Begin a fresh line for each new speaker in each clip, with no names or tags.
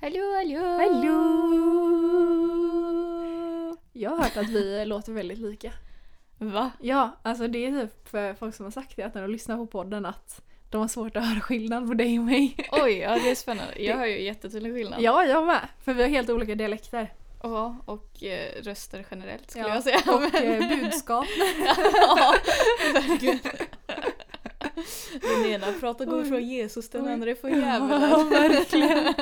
Hallå, hallå!
Hallå! Jag har hört att vi låter väldigt lika.
Va?
Ja, alltså det är typ eh, folk som har sagt det att när de lyssnar på podden att de har svårt att höra skillnad på dig och mig.
Oj, ja det är spännande. Jag hör ju jättetydlig skillnad.
Ja, jag med. För vi har helt olika dialekter.
Ja, och eh, röster generellt skulle
Ja,
jag säga.
Och eh, budskap.
ja, verkligen. Den ena pratar går
Oj.
från Jesus, den
Oj.
andra är från
Ja,
djävulen.
verkligen.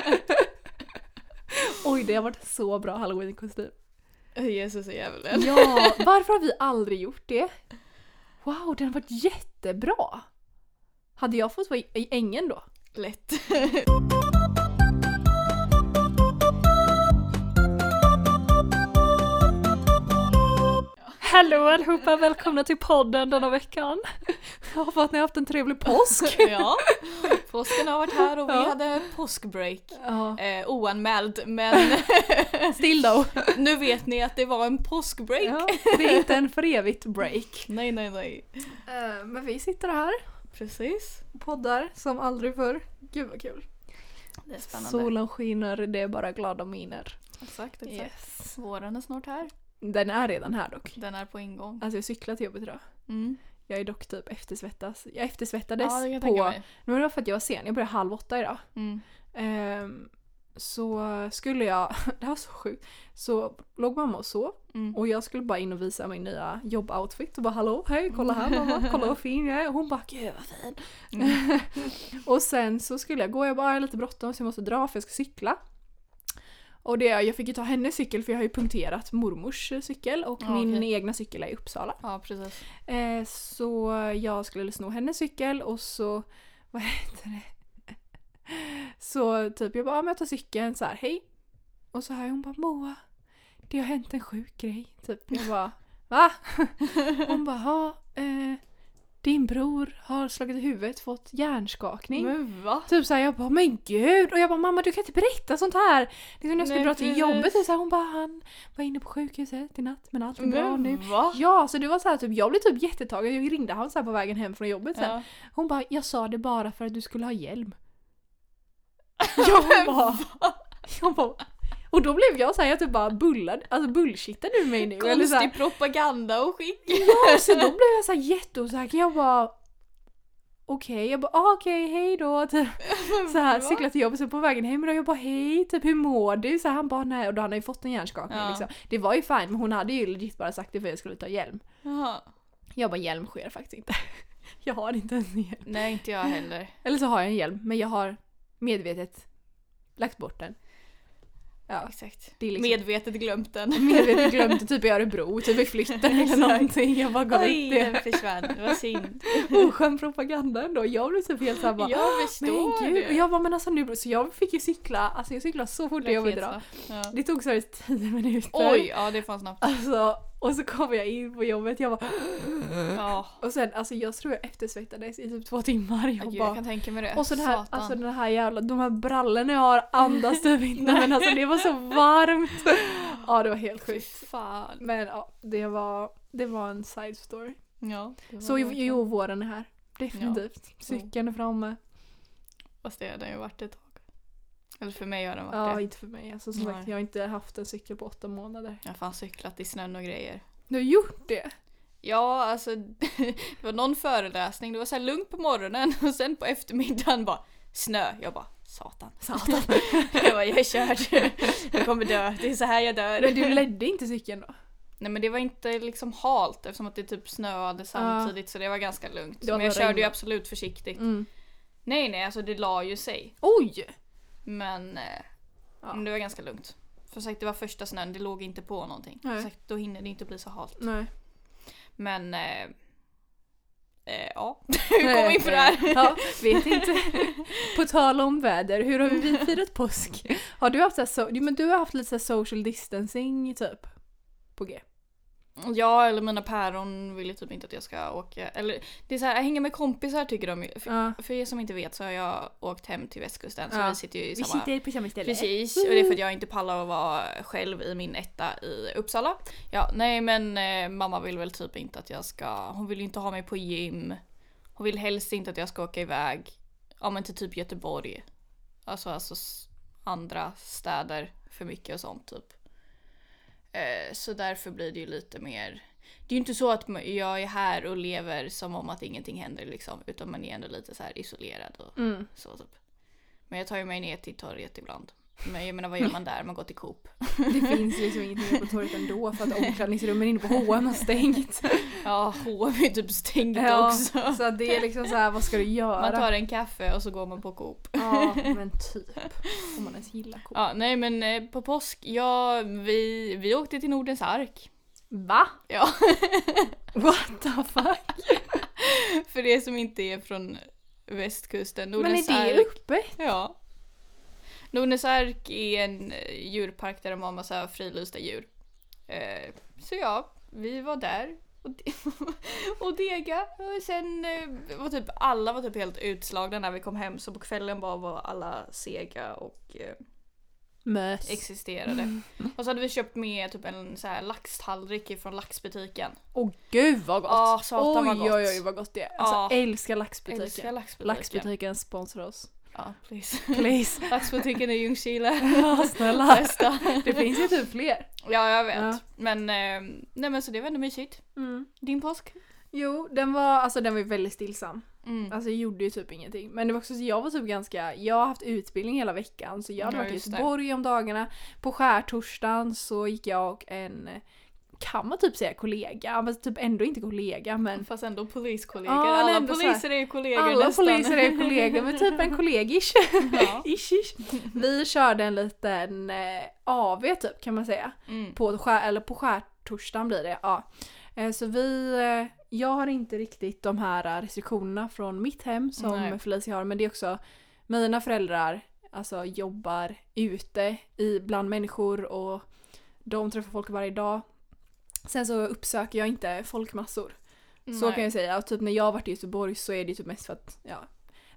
Oj, det har varit så bra halloween-kostym.
Jesus är djävulen.
Ja, varför har vi aldrig gjort det? Wow, den har varit jättebra! Hade jag fått vara i i ängen då?
Lätt.
Hallå allihopa, välkomna till podden denna veckan. Jag hoppas att ni har haft en trevlig påsk.
ja. Påsken har varit här och vi
Ja.
hade påskbreak.
Ja.
Eh, oanmäld, men
Still though.
nu vet ni att det var en påskbreak.
Ja, det är inte en för evigt break.
Nej, nej, nej.
Eh, men vi sitter här
Precis.
och poddar som aldrig förr. Gud vad kul.
Det är spännande.
Solen skiner, det är bara glada miner.
Exakt, exakt.
Yes.
Våren är snart här.
Den är redan här dock.
Den är på ingång.
Alltså jag cyklade till jobbet idag.
Mm.
Jag är dock typ eftersvettas. Jag eftersvettades
Ja, det kan jag tänka
på...
mig.
Men det var för att jag var sen, jag började halv åtta idag.
Mm.
Ehm, så skulle jag, det här var så sjukt, så låg mamma och sov
Mm.
och jag skulle bara in och visa min nya jobboutfit och bara hallå, hej, kolla här mamma, kolla vad fin jag är. Och hon bara gud vad fin.
Mm.
och sen så skulle jag gå, jag bara jag har lite bråttom så jag måste dra för jag ska cykla. Och det, jag fick ju ta hennes cykel för jag har ju punkterat mormors cykel och
Ja,
min
okej.
egna cykel är i Uppsala.
Ja, precis.
Eh, så jag skulle sno hennes cykel och så, vad heter det? Så typ jag bara, ja, men jag tar cykeln så här, hej. Och så hör jag hon bara, Moa, det har hänt en sjuk grej. Typ jag bara, va? Hon bara, ja, eh, din bror har slagit i huvudet, fått hjärnskakning.
Men va?
Typ såhär, jag bara men gud! Och jag bara mamma du kan inte berätta sånt här! Liksom när jag skulle
Nej,
dra till
precis.
jobbet, så här, hon bara han var inne på sjukhuset i natt men allt är bra nu.
va?
Ja, så det var så här, typ, jag blev typ jättetagen. Jag ringde han så här på vägen hem från jobbet sen.
Ja.
Hon bara, jag sa det bara för att du skulle ha hjälm. Jag bara, jag bara, och då blev jag så här, jag typ bara bullad, alltså bullshittar du mig nu? Eller så, här,
Konstig propaganda och skick.
ja, så då blev jag så här jätteosäker. Jag bara, okej, jag bara, ah, okej, hej då. Typ. Så här,
Va?
cyklade till jobbet, så på vägen hem och jag bara, hej, typ hur mår du? Så här, han bara, nej, och då hade han ju fått en hjärnskakning
Ja.
liksom. Det var ju fint, men hon hade ju legit bara sagt det för att jag skulle ta hjälm.
Jaha.
Jag bara hjälm sker faktiskt inte. Jag har inte ens en hjälm.
Nej, inte jag heller.
Eller så har jag en hjälm men jag har medvetet lagt bort den. Ja,
Exakt.
det är liksom
Medvetet glömt den.
medvetet glömt den typ i Örebro, typ i flytten eller
Exakt.
någonting. Jag bara gav
Oj,
upp det.
den försvann. Vad synd.
Oskön propaganda ändå. Jag blev typ helt såhär bara
Jag
men
förstår
gud.
det.
Och jag bara men alltså nu, så jag fick ju cykla, alltså jag cyklade så fort jag ville dra.
Raketsnack. Ja.
Det tog seriöst 10 minuter.
Oj, ja det fanns snabbt.
Alltså, och så kom jag in på jobbet jag bara Äh.
Ja,
och sen alltså jag tror jag eftersvettades i typ två timmar. Jag
gud,
bara
jag kan tänka mig det.
Och så den här,
Äh, Satan.
alltså den här jävla, de här brallorna jag har andas typ inte men alltså det var så varmt. Ja det var helt
Fy
sjukt.
fan.
Men ja, det var, det var en side story.
Ja, det var
Så jo,
verkligen-
jo våren är här. Definitivt. Cykeln är framme.
Fast det har den ju varit ett tag. Eller för mig har den varit
Ja
det.
inte för mig alltså som
Nej.
sagt jag har inte haft en cykel på åtta månader.
Jag har fan cyklat i snön och grejer.
Du har gjort det?
Ja, alltså det var någon föreläsning, det var så här lugnt på morgonen och sen på eftermiddagen bara snö. Jag bara satan.
Satan.
Jag bara jag är körd. Jag kommer dö, det är så här jag dör.
Men du ledde inte cykeln då?
Nej men det var inte liksom halt eftersom att det typ snöade samtidigt så det var ganska lugnt.
Det var
Men jag
bara
körde
regn,
ju
va?
absolut försiktigt.
Mm.
Nej nej, alltså det la ju sig.
Oj!
Men, eh,
Ja.
men det var ganska lugnt. För sagt, det var första snön, det låg inte på någonting.
Nej.
För sagt, då hinner det inte bli så halt.
Nej.
Men eh, eh, ja, hur kom vi in på det här?
Eh, Ja, vet inte. På tal om väder, hur har vi firat påsk? Har du haft, så här, so- jo, men du har haft lite så här social distancing typ? På G?
Jag eller mina päron vill ju typ inte att jag ska åka. Eller det är så här, jag hänger med kompisar tycker de ju. För,
Ja.
för er som inte vet så har jag åkt hem till västkusten så
Ja.
vi sitter ju i samma...
på samma ställe.
Precis, och det är för att jag inte pallar att vara själv i min etta i Uppsala. Ja, nej men eh, mamma vill väl typ inte att jag ska, hon vill ju inte ha mig på gym. Hon vill helst inte att jag ska åka iväg, ja men till typ Göteborg. Alltså, alltså s- andra städer för mycket och sånt typ. Eh, Så därför blir det ju lite mer... Det är ju inte så att man- jag är här och lever som om att ingenting händer liksom. Utan man är ändå lite så här isolerad och
Mm.
så typ. Men jag tar ju mig ner till torget ibland. Men jag menar vad gör man där? Man går till Coop.
Det finns liksom ingenting på torget ändå för att omklädningsrummen inne på H&M har stängt.
Ja, HV är typ stängt
Ja,
också.
Så att det är liksom så här, vad ska du göra?
Man tar en kaffe och så går man på Coop.
Ja, men typ. Om man ens gillar Coop.
Ja, nej men eh, på påsk, ja vi, vi åkte till Nordens ark.
Va?
Ja,
What the fuck?
för det som inte är från västkusten.
Men
Nordens
är det
ark,
uppe?
Ja. Nordens ark är en eh, djurpark där de har massa fridlysta djur. Eh, så ja, vi var där och, de- och dega. Och sen eh, var typ alla var typ helt utslagna när vi kom hem så på kvällen bara var alla sega och eh,
Mös. Mm.
existerade. Och så hade vi köpt med typ en så här laxtallrik från laxbutiken.
Åh gud vad gott!
Ja, satan vad
oj,
gott.
oj oj vad gott det är. Alltså
Ja.
älskar laxbutiken.
Älskar laxbutiken.
Laxbutiken sponsrar oss.
Ja, please.
Please.
Laxbutiken i Ljungskile.
ja snälla.
Bästa.
Det finns ju typ fler.
Ja, jag vet.
Ja. Mm.
Men, eh, nej men så det var ändå mysigt. Din påsk?
Jo, den var, alltså, den var ju väldigt stillsam.
Mm.
Alltså jag gjorde ju typ ingenting. Men det var också så jag var typ ganska, jag har haft utbildning hela veckan så jag hade
Ja,
varit i
just det.
Göteborg om dagarna. På skärtorsdagen så gick jag och en, kan man typ säga kollega, men typ ändå inte kollega men
Fast ändå poliskollegor.
Ja, men
alla
ändå så här-
poliser är ju kollegor
alla
nästan.
poliser är kollegor men typ en kollegish.
ja.
ish, ish. Vi körde en liten eh, AV typ kan man säga.
mm.
På, skär, eller på skärtorsdagen blir det, ja. Eh, Så vi, eh, jag har inte riktigt de här eh, restriktionerna från mitt hem som
Nej.
Felicia har men det är också mina föräldrar alltså jobbar ute i, bland människor och de träffar folk varje dag. Sen så uppsöker jag inte folkmassor. Så
Nej.
kan jag säga. Och typ när jag har varit i Göteborg så är det ju typ mest för att ja,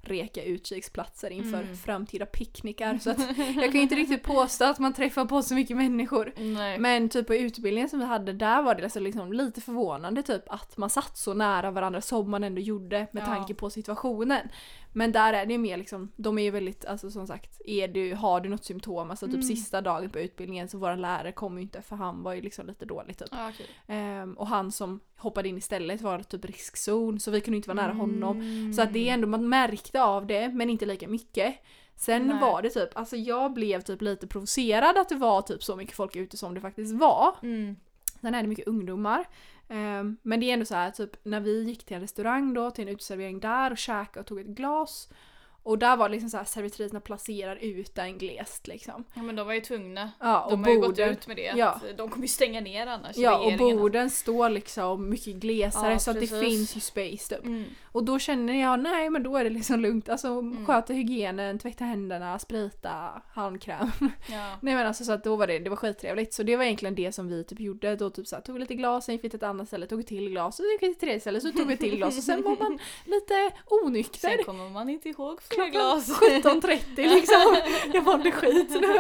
reka utkiksplatser inför
Mm.
framtida picknickar. Så att jag kan ju inte riktigt påstå att man träffar på så mycket människor.
Nej.
Men typ på utbildningen som vi hade där var det alltså liksom lite förvånande typ att man satt så nära varandra som man ändå gjorde med
Ja.
tanke på situationen. Men där är det ju mer liksom, de är ju väldigt, alltså som sagt, är du, har du något symptom, alltså typ
Mm.
sista dagen på utbildningen så våra lärare kom ju inte för han var ju liksom lite dålig typ.
Ja, okej.
Ehm, och han som hoppade in istället var typ riskzon så vi kunde inte vara nära honom.
Mm.
Så att det är ändå, man märkte av det men inte lika mycket. Sen
Nej.
var det typ, alltså jag blev typ lite provocerad att det var typ så mycket folk ute som det faktiskt var.
Mm.
Sen är det mycket ungdomar. Ehm, men det är ändå så här, typ när vi gick till en restaurang då, till en uteservering där och käkade och tog ett glas. Och där var det liksom så här servitriserna placerar ut en glest liksom.
Ja men de var ju tvungna.
Ja, och
De har ju gått
borden-
ut med det.
ja.
att De kommer ju stänga ner annars.
Ja och
regeringen.
borden står liksom mycket glesare
Ja,
så att det
precis.
finns ju space typ.
Mm.
Och då känner jag nej men då är det liksom lugnt. Alltså sköta hygienen, tvätta händerna, sprita, handkräm.
Ja.
nej men alltså så att då var det, det var skittrevligt. Så det var egentligen det som vi typ gjorde. Då typ så här, tog lite glas, sen gick vi till ett annat ställe, tog ett till glas, så gick vi till tredje ställe, så tog vi ett till glas och sen var man lite onykter.
Sen kommer man inte ihåg fler
Klockan
glas.
17.30 liksom. Jag mådde skit nu.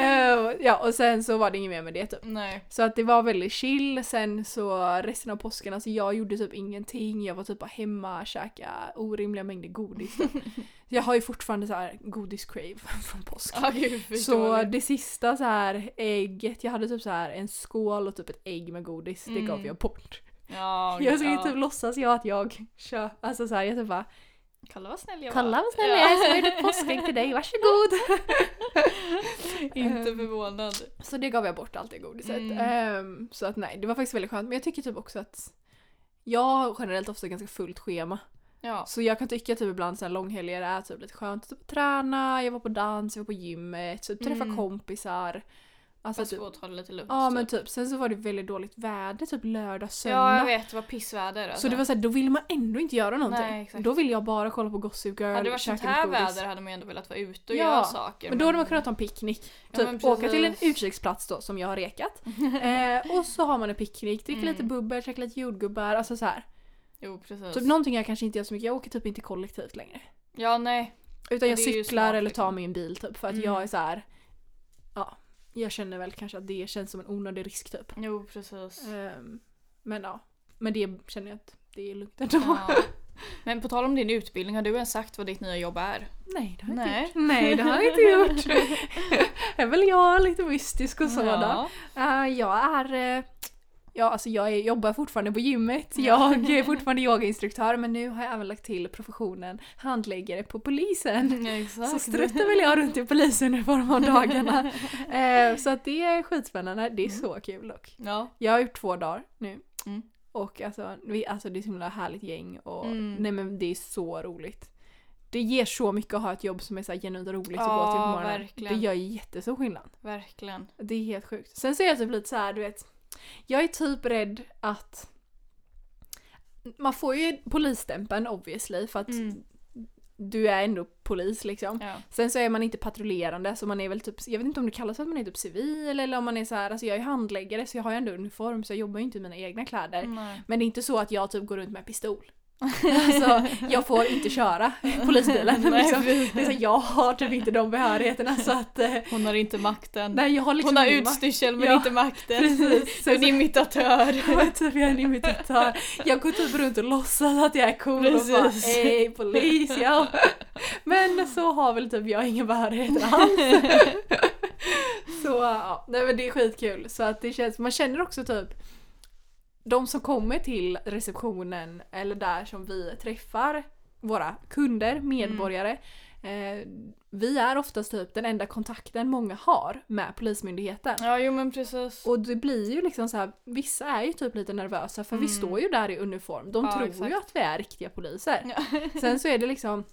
Eh, ja och sen så var det inget mer med det typ.
Nej.
Så att det var väldigt chill. Sen så resten av påsken, alltså jag gjorde typ ingenting. Jag var typ bara hemma, käka orimliga mängder godis. typ. jag har ju fortfarande så här godis-crave från påsk.
Ja gud förstår
Så
du.
det sista så här ägget, jag hade typ så här en skål och typ ett ägg med godis, det
Mm.
gav jag bort.
Ja,
jag skulle
ja.
typ låtsas jag att jag kör, alltså så här, jag typ bara
Kolla vad snäll jag
“Kolla
var.
vad snäll jag är som har gjort ett påskägg till dig, varsågod!”
Inte förvånad.
Så det gav jag bort allt det godiset.
Mm.
Ehm, så att nej, det var faktiskt väldigt skönt. Men jag tycker typ också att jag har generellt ofta ganska fullt schema.
Ja.
Så jag kan tycka typ ibland såhär långhelger är typ lite skönt. Typ träna, jag var på dans, jag var på gymmet, typ träffa
Mm.
kompisar. Alltså
Pass
typ,
på att ta det lite lugnt.
ja men
typ.
typ. Sen så var det väldigt dåligt väder typ lördag,
ja jag
söndag.
vet, det var pissväder alltså.
så det var såhär, då vill man ändå inte göra någonting.
Nej, exakt.
då vill jag bara kolla på Gossip Girl,
Hade det varit sånt
käka
här
mitt godis.
väder hade man ju ändå velat vara ute och
Ja,
göra saker.
Men då hade man kunnat ta en picknick.
Ja, men
typ
precis.
åka till en utkiksplats då som jag har rekat. eh, och så har man en picknick, dricker lite
Mm.
bubbel, käkar lite jordgubbar. Alltså så här.
Jo precis.
Typ någonting jag kanske inte gör så mycket. Jag åker typ inte kollektivt längre.
Ja nej.
Utan jag
det är ju
cyklar
smart,
eller tar
liksom.
min bil typ. För att
Mm.
jag är så här. Ja, jag känner väl kanske att det känns som en onödig risk typ.
Jo precis.
Ehm, men ja, men det känner jag att det är lugnt ändå.
Ja. Men på tal om din utbildning, har du ens sagt vad ditt nya jobb är?
Nej, det har jag
Nej.
inte gjort. Nej, det har jag inte gjort. är väl jag lite mystisk och sådär.
Ja.
Eh, jag är... eh, ja, alltså jag är, jobbar fortfarande på gymmet. Jag är fortfarande yogainstruktör men nu har jag även lagt till professionen handläggare på polisen.
Exakt.
Så struttar väl jag runt i polisuniform om dagarna. Eh, så att det är skitspännande. Det är så kul dock.
Ja.
Jag har gjort två dagar nu.
Mm.
Och alltså, vi, alltså det är så himla härligt gäng och
Mm.
nej men det är så roligt. Det ger så mycket att ha ett jobb som är så här genuint roligt att
Ja,
gå till på morgonen.
verkligen.
Det gör jättestor skillnad.
Verkligen.
Det är helt sjukt. Sen så är jag typ lite så här, du vet. Jag är typ rädd att man får ju polisstämpeln obviously för att
Mm.
du är ändå polis liksom.
Ja.
Sen så är man inte patrullerande så man är väl typ, jag vet inte om det kallas för att man är typ civil eller om man är så här, alltså jag är handläggare så jag har ju ändå uniform så jag jobbar ju inte i mina egna kläder.
Nej.
Men det är inte så att jag typ går runt med pistol. alltså, jag får inte köra polisbilen.
Nej,
liksom.
precis.
det är så, här, jag har typ inte de behörigheterna så att... eh,
Hon har inte makten.
Nej, jag har liksom
Hon har
ingen makt.
utstyrsel men
Ja,
inte makten.
Precis.
En
Sen,
imitatör.
jag var typ jag är en imitatör. Jag går typ runt och låtsas att jag är cool och bara
Precis.
ey polis ja. Men så har väl typ jag ingen behörighet alls. Så ja, nej men det är skitkul. Så att det känns, man känner också typ de som kommer till receptionen eller där som vi träffar våra kunder, medborgare. Eh, vi är oftast typ den enda kontakten många har med Polismyndigheten.
Ja, jo men precis.
Och det blir ju liksom så här, vissa är ju typ lite nervösa för vi
Mm.
står ju där i uniform. De
Ja,
tror
exakt.
ju att vi är riktiga poliser.
Ja.
Sen så är det liksom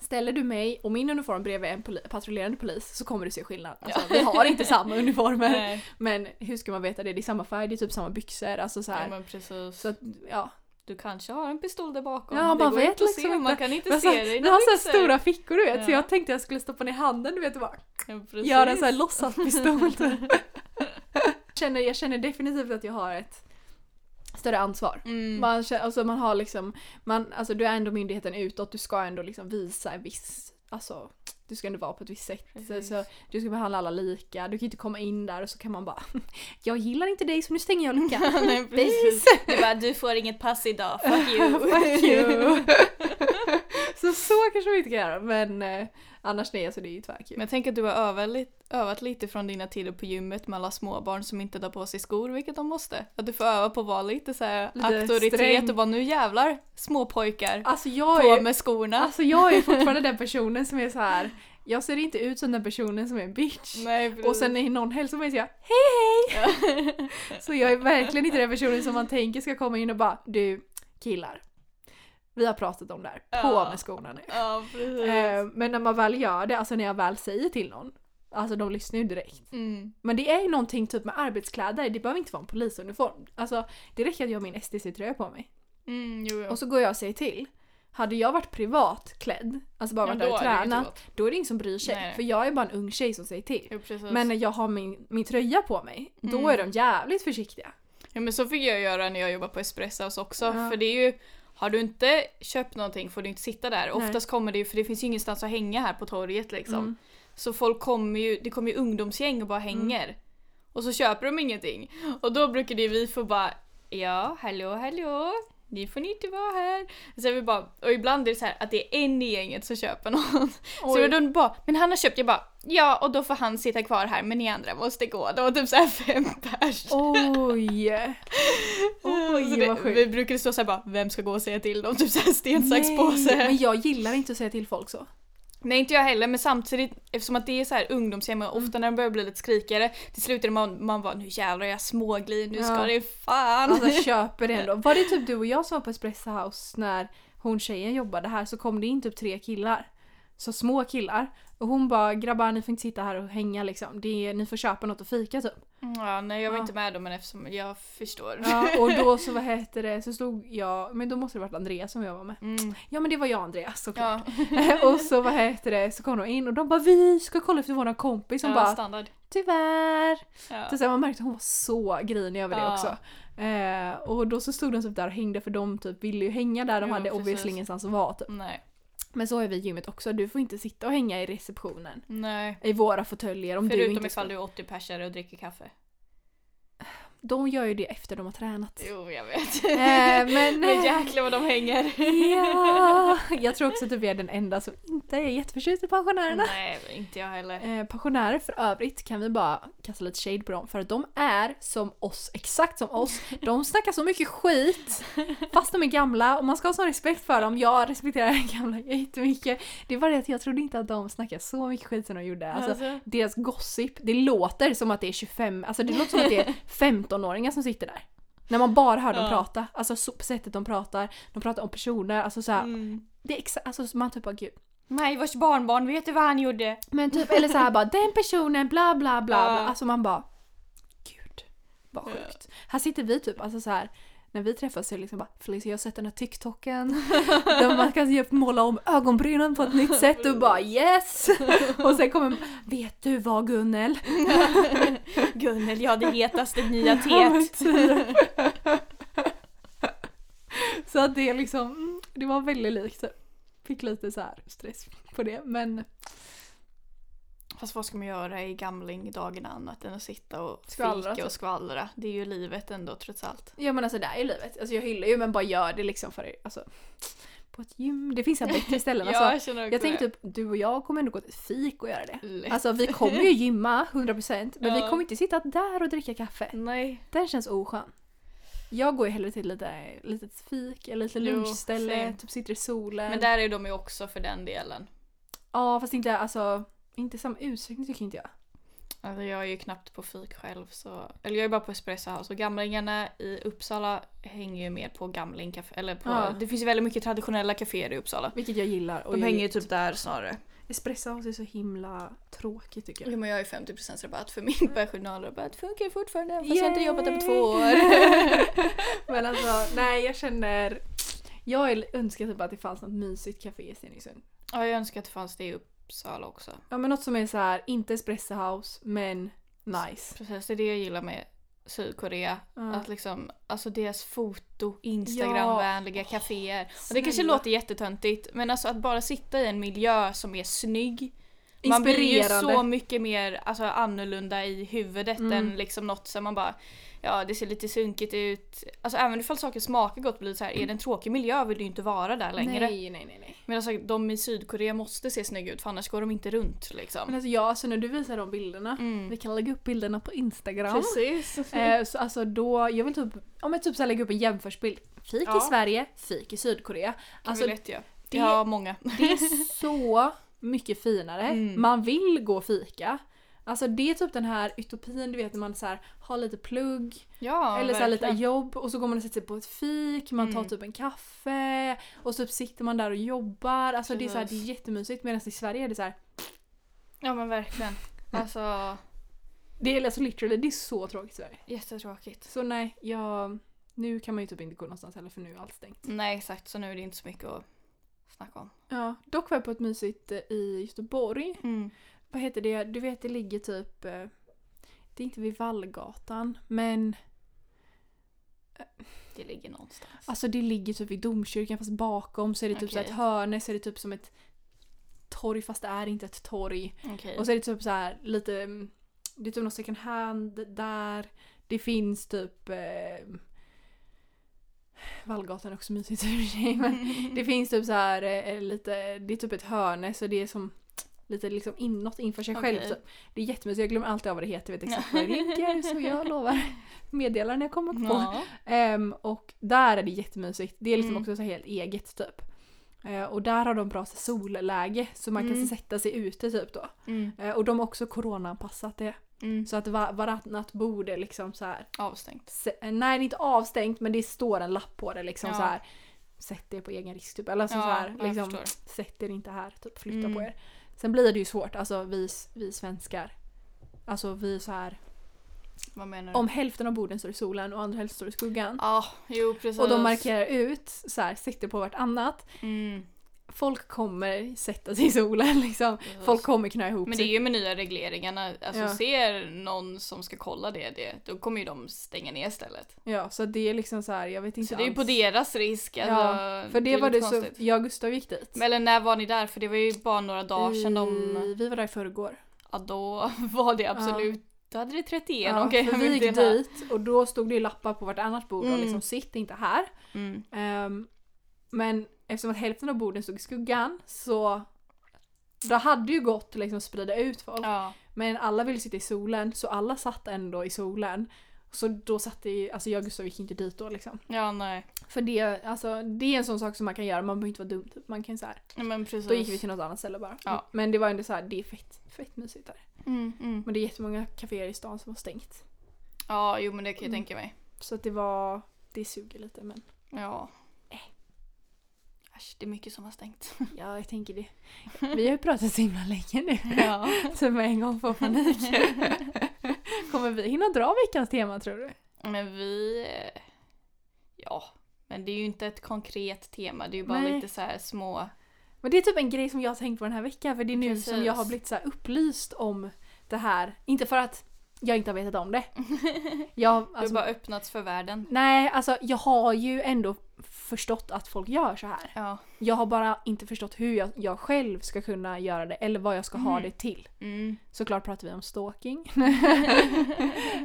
Ställer du mig och min uniform bredvid en poli- patrullerande polis så kommer du se skillnad. Alltså, Vi har inte samma uniformer.
Nej.
Men hur ska man veta det? Det är samma färg, det är typ samma byxor. Alltså så
Ja,
här.
men precis.
Så att, ja.
Du kanske har en pistol där bakom.
Ja,
det
man
går
vet
inte att
liksom
se, man
inte.
kan inte
Men så,
se det i
den
dina
har så
byxor.
här stora fickor du vet så
Ja.
jag tänkte jag skulle stoppa ner handen du vet och bara
Ja, precis.
göra en sån här låtsaspistol. jag, känner, jag känner definitivt att jag har ett större ansvar.
Mm.
Man, känner, alltså man har liksom, man, alltså du är ändå myndigheten utåt, du ska ändå liksom visa en viss, alltså du ska ändå vara på ett visst sätt. Så,
Precis.
så, du ska behandla alla lika, du kan inte komma in där och så kan man bara Jag gillar inte dig så nu stänger jag luckan.
Nej, precis. Du bara, du får inget pass idag, fuck you.
Fuck you. så så kanske man inte kan göra men eh, annars nej alltså det är ju tvärkul.
Men jag tänker att du har övat, lit- övat lite från dina tider på gymmet med alla småbarn som inte tar på sig skor, vilket de måste. Att du får öva på att vara lite så här
Lite
auktoritet
sträng.
och bara nu jävlar småpojkar,
Alltså jag
på
är,
med skorna.
alltså, jag är fortfarande den personen som är så här. jag ser inte ut som den personen som är en bitch.
Nej, precis.
Och sen när någon hälsar mig så jag hej hej! så jag är verkligen inte den personen som man tänker ska komma in och bara du killar. Vi har pratat om det här, på
Ja.
med skorna nu.
Ja, precis.
Eh, men när man väl gör det, alltså när jag väl säger till någon, alltså de lyssnar ju direkt.
Mm.
Men det är ju någonting typ med arbetskläder, det behöver inte vara en polisuniform. Alltså det räcker att jag har min STC-tröja på mig.
Mm, jo, jo.
Och så går jag och säger till. Hade jag varit privat klädd, alltså bara
Ja,
varit
då
där och
är det ju inte
tränat,
gott.
då är det ingen som bryr sig.
Nej.
För jag är bara en ung tjej som säger till.
Jo, precis.
Men när jag har min, min tröja på mig, då
Mm.
är de jävligt försiktiga.
Ja men så fick jag göra när jag jobbade på Espressas också.
Ja.
För det är ju, har du inte köpt någonting får du inte sitta där. Oftast kommer det ju, för det finns ju ingenstans att hänga här på torget liksom.
Mm.
Så folk kommer ju, det kommer ju ungdomsgäng och bara hänger.
Mm.
Och så köper de ingenting. Och då brukar det ju vi få bara, ja hallå hallå. Ni får ni inte vara här. Så vi bara, och ibland är det så här att det är en i gänget som köper någon. Så
Oj.
då bara, men han har köpt, jag bara, ja och då får han sitta kvar här men ni andra måste gå. Det var typ så här fem pers.
Oj!
Så
Oj
Alltså, det,
vad
vi
sjukt.
brukade stå såhär bara, vem ska gå och säga till dem? Typ såhär sten, sax,
Nej,
påse.
Men jag gillar inte att säga till folk så.
Nej inte jag heller men samtidigt eftersom att det är så här ungdomshem och ofta när de börjar bli lite skrikigare till slut är det man, man bara nu jävlar jag småglid, nu ska
Ja.
det fan.
Alltså köper det ändå. Var det typ du och jag som var på Espresso House när hon tjejen jobbade här så kom det in typ tre killar. Så små killar. Och hon bara “grabbar ni får inte sitta här och hänga liksom, det är, ni får köpa något att fika typ”.
mm, ja, nej jag var
Ja.
inte med dem men eftersom jag förstår.
Ja, och då så vad heter det, så stod jag, men då måste det varit Andreas som jag var med.
Mm.
Ja men det var jag och Andreas såklart.
Ja,
och så vad heter det, så kom de in och de bara “vi ska kolla efter våran kompis” som
ja,
bara
standard.
“tyvärr”.
Ja.
Så sen man märkte att hon var så grinig över det
Ja.
också. Eh, och då så stod de typ där och hängde för de typ ville ju hänga där, de
Jo,
hade obviously
precis.
ingenstans att vara typ.
Nej,
Men så är vi i gymmet också, du får inte sitta och hänga i receptionen.
nej.
I våra fåtöljer om du
Förutom
inte
ifall
ska-
du är 80 persare och dricker kaffe.
De gör ju det efter de har tränat.
Jo, jag vet.
Eh, men-
men jäklar vad de hänger.
Ja, jag tror också att du är den enda som inte är jätteförtjust i pensionärerna.
Nej, inte jag heller.
Eh, pensionärer för övrigt kan vi bara kasta lite shade på dem för att de är som oss, exakt som oss. De snackar så mycket skit fast de är gamla och man ska ha sån respekt för dem. Jag respekterar gamla jättemycket. Det är bara det att jag trodde inte att de snackade så mycket skit som de gjorde. Alltså,
Alltså,
deras gossip, det låter som att det är 25, alltså det låter som att det är 15-åringar som sitter där. När man bara hör dem
Ja.
prata, alltså så, sättet de pratar, de pratar om personer, alltså såhär,
mm.
det är exa- alltså så man typ bara gud.
Nej, vars barnbarn, vet du vad han gjorde?
Men typ, eller såhär bara den personen bla bla bla,
Ja.
bla. alltså man bara gud vad
Ja.
sjukt. Här sitter vi typ, alltså så här. När vi träffas så är det liksom bara Felicia jag har sett den här TikToken där man kan typ måla om ögonbrynen på ett nytt sätt och bara yes! Och sen kommer Vet du vad Gunnel?
Gunnel, ja det hetaste nya
Ja, men
teet.
typ. så att det är liksom, mm, det var väldigt likt. Fick lite så här stress på det men
Fast vad ska man göra i gamlingdagarna annat än att sitta och fika
Skvallra,
och
typ.
skvallra? Det är ju livet ändå trots allt.
ja men alltså det är ju livet. Alltså jag hyllar ju men bara gör det liksom för alltså, på ett gym. Det finns en bättre ställen alltså.
känner också
Jag tänker
det.
typ du och jag kommer ändå gå till ett fik och göra det.
Lätt.
Alltså vi kommer ju gymma 100% men vi
Ja.
kommer inte sitta där och dricka kaffe.
Alltså, Nej.
Den känns oskön. Jag går ju hellre till lite litet fik eller lite
Jo,
lunchställe,
same.
typ sitter i solen.
Men där är de ju också för den delen.
Ja fast inte alltså, inte i samma utsträckning tycker inte jag.
Alltså jag är ju knappt på fik själv så... Eller jag är bara på Espresso House och gamlingarna i Uppsala hänger ju mer på gamlingcafé. Eller på...
Ja.
Det finns ju väldigt mycket traditionella kaféer i Uppsala.
Vilket jag gillar.
De hänger ju typ där snarare.
Espresso House är så himla tråkigt tycker jag.
Jo men jag har ju 50% rabatt för min personalrabatt funkar fortfarande fast jag har inte
Yay!
jobbat där på två år.
Men alltså nej jag känner, jag är- önskar typ att det fanns något mysigt café i Stenungsund.
ja, jag önskar att det fanns det i Uppsala också.
Ja men något som är så här, inte Espresso House men nice.
Precis, det är det jag gillar med Sydkorea.
Ja.
Typ. Att liksom, alltså deras foto, Instagramvänliga kaféer. Och det kanske
snälla.
låter jättetöntigt men alltså att bara sitta i en miljö som är snygg. Man blir ju
Inspirerande.
så mycket mer alltså, annorlunda i huvudet
Mm.
än liksom något som man bara Ja det ser lite sunkigt ut. Alltså även ifall saker smakar gott blir det så här, är det en tråkig miljö vill du ju inte vara där längre.
Nej nej nej. nej.
Men alltså, de i Sydkorea måste se snygga ut för annars går de inte runt
Men
liksom.
alltså jag, alltså när du visar de bilderna, vi
Mm.
kan lägga upp bilderna på Instagram.
Precis.
Eh, så alltså då, jag vill typ, om jag typ så här lägger upp en jämförsbild. Fik
Ja.
i Sverige, fik i Sydkorea. Alltså
Alltså, lätt, ja.
det-
Jag har många.
Det är så mycket finare.
Mm.
Man vill gå och fika. Alltså det är typ den här utopin du vet när man så här, har lite plugg
Ja,
eller så här, lite
verkligen.
jobb och så går man och sätter sig på ett fik, man tar
Mm.
typ en kaffe och så typ sitter man där och jobbar. Alltså det är, så här, det är
Precis.
jättemysigt medan i Sverige är det så här.
Ja men verkligen. Alltså
Det är alltså literally, det är så tråkigt i Sverige.
jättetråkigt.
Så nej, jag, nu kan man ju typ inte gå någonstans heller för nu är allt stängt.
Nej exakt, så nu är det inte så mycket att snacka om.
Ja, dock var jag på ett mysigt eh, i Göteborg. vad heter det, du vet det ligger typ, eh, det är inte vid Vallgatan men
Det ligger någonstans.
alltså det ligger typ vid domkyrkan fast bakom så är det typ så här ett
Okej.
hörne så är det typ som ett torg fast det är inte ett torg.
Okej.
Och så är det typ så här lite, mm, det är typ någon second hand där, det finns typ eh, Vallgatan är också mysigt i och för sig men det finns typ så här eh, lite, det är typ ett hörne så det är som lite liksom inåt inför sig själv.
Okej.
Typ. Det är jättemysigt, jag glömmer alltid av vad det heter, jag vet exakt var det ligger så jag lovar. Meddelar när jag kommer på.
Ja.
Ehm, och där är det jättemysigt, det är liksom
Mm.
också så här helt eget typ. Eh, och där har de bra så här solläge så man
Mm.
kan sätta sig ute typ då.
Mm.
Eh, och de har också coronaanpassat det.
Mm.
Så att va- varannat bord är liksom så här.
Avstängt.
se- eh, Nej, det är inte avstängt men det står en lapp på det liksom
Ja.
så här. Sätt er på egen risk typ. Eller så,
ja,
så här,
jag
liksom,
förstår.
sätt er inte här, typ flytta
Mm.
på er. Sen blir det ju svårt, alltså vi, vi svenskar. Alltså vi så här,
Vad menar du?
om hälften av borden står i solen och andra hälften står i skuggan.
Ja, jo precis.
Och de markerar ut, så här, sätter på vartannat.
Mm,
Folk kommer sätta sig i solen liksom.
precis.
Folk kommer knö ihop
men det är
sig.
ju med nya regleringarna, alltså
Ja.
ser någon som ska kolla det, det, då kommer ju de stänga ner stället.
Ja, så det är liksom så här, jag vet inte
Så det är ju på
alls.
deras risk. Alltså,
Ja, För det,
är
var
lite
det så,
konstigt.
jag och Gustav gick dit.
Men eller när var ni där?
Mm.
För det var ju bara några dagar sedan de...
I- Vi var där i förrgår.
Ja, då var det absolut då hade det 31.
Ja,
Okej,
för
men
vi gick
det är-
dit och då stod det ju lappar på vartannat bord och
Mm.
liksom sitt inte här.
Mm.
Ehm, men eftersom att hälften av borden stod i skuggan så det hade ju gått liksom att sprida ut folk.
Ja.
Men alla ville sitta i solen så alla satt ändå i solen. Så då satt det ju, alltså jag och Gustav gick inte dit då liksom.
ja, nej.
För det, alltså, det är en sån sak som man kan göra, man behöver inte vara dum typ. Man kan så här,
Nej, Men precis.
då gick vi till något annat ställe bara.
Ja.
Men det var ändå så här, det är fett, fett mysigt där.
Mm, mm.
Men det är jättemånga kaféer i stan som har stängt.
Ja, jo men det kan jag
Mm.
tänka mig.
Så att det var, det suger lite men
Ja.
Eh.
Äsch, det är mycket som har stängt.
ja, jag tänker det. Vi har ju pratat så himla länge nu.
Ja.
Så med en gång får panik. Kommer vi hinna dra veckans tema tror du?
Men vi... eh, Ja. Men det är ju inte ett konkret tema, det är ju bara
Nej.
lite så här små...
Men det är typ en grej som jag har tänkt på den här veckan för det är nu som
Precis.
jag har blivit så här upplyst om det här. Inte för att jag inte har vetat om det. Jag,
det har
alltså,
bara öppnats för världen.
Nej, alltså jag har ju ändå förstått att folk gör så här.
Ja.
Jag har bara inte förstått hur jag, jag själv ska kunna göra det eller vad jag ska ha
Mm.
det till.
Mm.
Såklart pratar vi om stalking.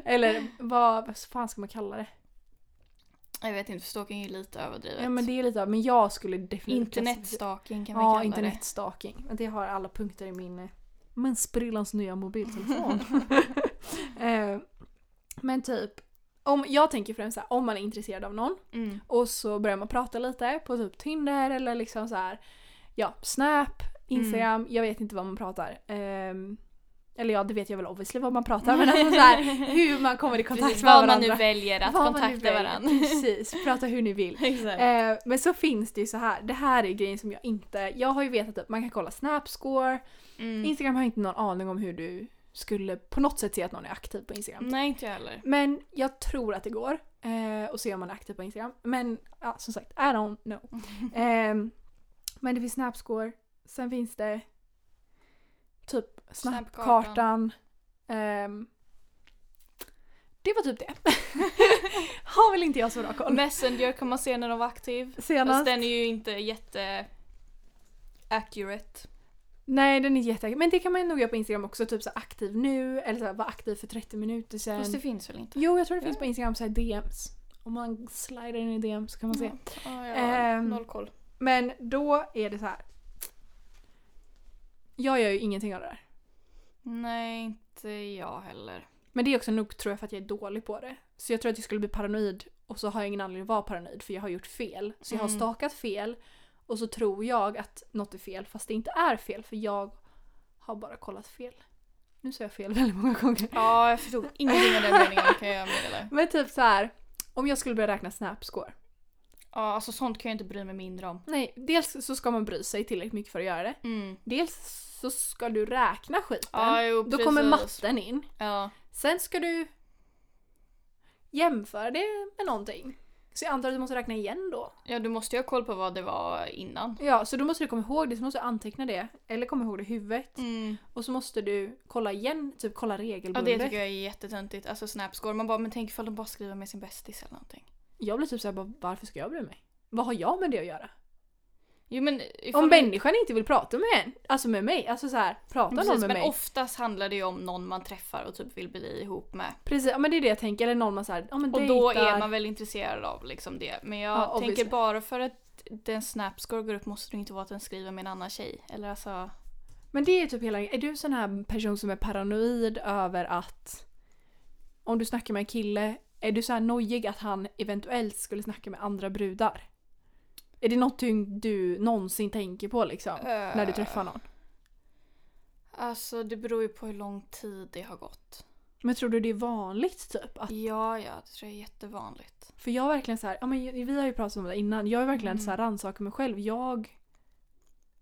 eller vad, vad fan ska man kalla det?
Jag vet inte, för stalking är ju lite överdrivet.
Ja men det är lite av, men jag skulle definitivt...
Internetstalking kan vi
Ja,
kalla
internetstalking. Men det har alla punkter i min eh, mensprillans nya mobiltelefon. eh, men typ, om, jag tänker främst såhär, om man är intresserad av någon
det. Mm.
och så börjar man prata lite på typ Tinder eller liksom så här, ja, Snap, Instagram,
Mm.
jag vet inte vad man pratar. Ehm, eller ja, det vet jag väl obviously vad man pratar men alltså så här, hur man kommer i kontakt
Precis,
med
vad
varandra.
man nu väljer att
Vad man nu
kontakta
väljer.
varandra.
Precis, prata hur ni vill.
Exakt.
Eh, men så finns det ju så här. det här är grejen som jag inte... Jag har ju vetat att man kan kolla snapscore,
Mm.
Instagram har jag inte någon aning om hur du skulle på något sätt se att någon är aktiv på Instagram.
Nej, inte jag heller.
Men jag tror att det går eh, att se om man är aktiv på Instagram. Men ja, som sagt, I don't know. Eh, men det finns snapscore, sen finns det typ snapkartan.
Snapkartan.
Ehm, det var typ det. har väl inte jag så bra koll.
Messenger kan man se när de var aktiv. Fast
Senast.
den är ju inte jätte accurate.
Nej den är jätteaktiv. Men det kan man ju nog göra på Instagram också. Typ så här, aktiv nu eller så här, var aktiv för 30 minuter sedan.
Fast det finns väl inte?
Jo jag tror det finns på Instagram så här DMs. Om man slider in i DM så kan man se.
Ja, jag har
Ehm.
noll koll.
Men då är det så här. Jag gör ju ingenting av det där.
Nej, inte jag heller.
Men det är också nog tror jag för att jag är dålig på det. Så jag tror att jag skulle bli paranoid och så har jag ingen anledning att vara paranoid för jag har gjort fel. Så jag har
Mm.
stakat fel och så tror jag att något är fel fast det inte är fel för jag har bara kollat fel. Nu sa jag fel väldigt många gånger.
Ja, jag förstod ingenting av den meningen kan jag meddela.
Men typ så här. om jag skulle börja räkna snapscore.
Ja, alltså sånt kan jag inte bry mig mindre om.
Nej, dels så ska man bry sig tillräckligt mycket för att göra det.
Mm.
Dels så ska du räkna skiten.
Ja, jo,
Då kommer
precis.
matten in.
Ja.
Sen ska du jämföra det med någonting. Så jag antar att du måste räkna igen då.
ja, du måste ju ha koll på vad det var innan.
Ja, så då måste du komma ihåg det, så måste du anteckna det. Eller komma ihåg det i huvudet.
Mm.
Och så måste du kolla igen, typ kolla
Ja,
regelbundet.
det tycker jag är jättetöntigt. Alltså snapscore. Man bara, men tänk ifall de bara skriver med sin bästis eller någonting.
jag blir typ såhär, bara, varför ska jag bry mig? Vad har jag med det att göra?
Jo, men ifall
Om människan inte vill prata med en, alltså med mig, alltså så här, prata
Precis,
någon med
men
mig.
oftast handlar det ju om någon man träffar och typ vill bli ihop med.
Precis, ja, men det är det jag tänker. Eller någon man såhär, ja men
Och då
dejtar.
är man väl intresserad av liksom det. Men jag
Ja, obviously.
tänker bara för att den snapscore går upp måste det inte vara att den skriver med en annan tjej. Eller alltså...
Men det är typ hela Är du sån här person som är paranoid över att om du snackar med en kille, är du så här nojig att han eventuellt skulle snacka med andra brudar? Är det någonting du någonsin tänker på liksom? När du
eh,
träffar någon?
Alltså det beror ju på hur lång tid det har gått.
Men tror du det är vanligt typ? Att,
Ja, ja, det tror jag är jättevanligt.
för jag är verkligen så här, ja men vi har ju pratat om det innan, jag är verkligen
Mm.
så här rannsakar mig själv. Jag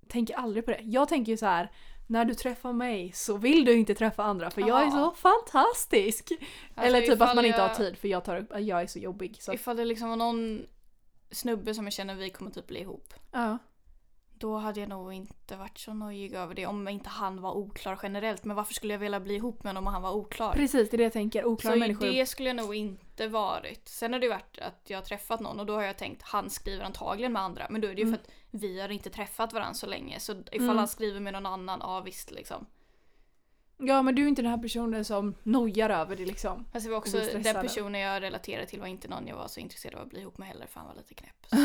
tänker aldrig på det. Jag tänker ju så här, när du träffar mig så vill du inte träffa andra för jag är
Ja.
så fantastisk.
Alltså,
Eller typ att
ifall
man inte har
jag-
tid för jag, tar upp, jag är så jobbig. Så. att-
Ifall det liksom var någon snubbe som jag känner vi kommer typ bli ihop.
Ja.
Då hade jag nog inte varit så nojig över det om inte han var oklar generellt. Men varför skulle jag vilja bli ihop med honom om han var oklar?
Precis, det är det jag tänker. Oklara
Så
människor.
det skulle jag nog inte varit. Sen har det ju varit att jag har träffat någon och då har jag tänkt han skriver antagligen med andra. Men då är det ju
Mm.
för att vi har inte träffat varandra så länge. Så ifall
Mm.
han skriver med någon annan, ja visst liksom.
Ja men du är inte den här personen som nojar över det liksom.
Fast det var också
Och blir
den
stressad.
personen jag relaterade till var inte någon jag var så intresserad av att bli ihop med heller för han var lite knäpp. Så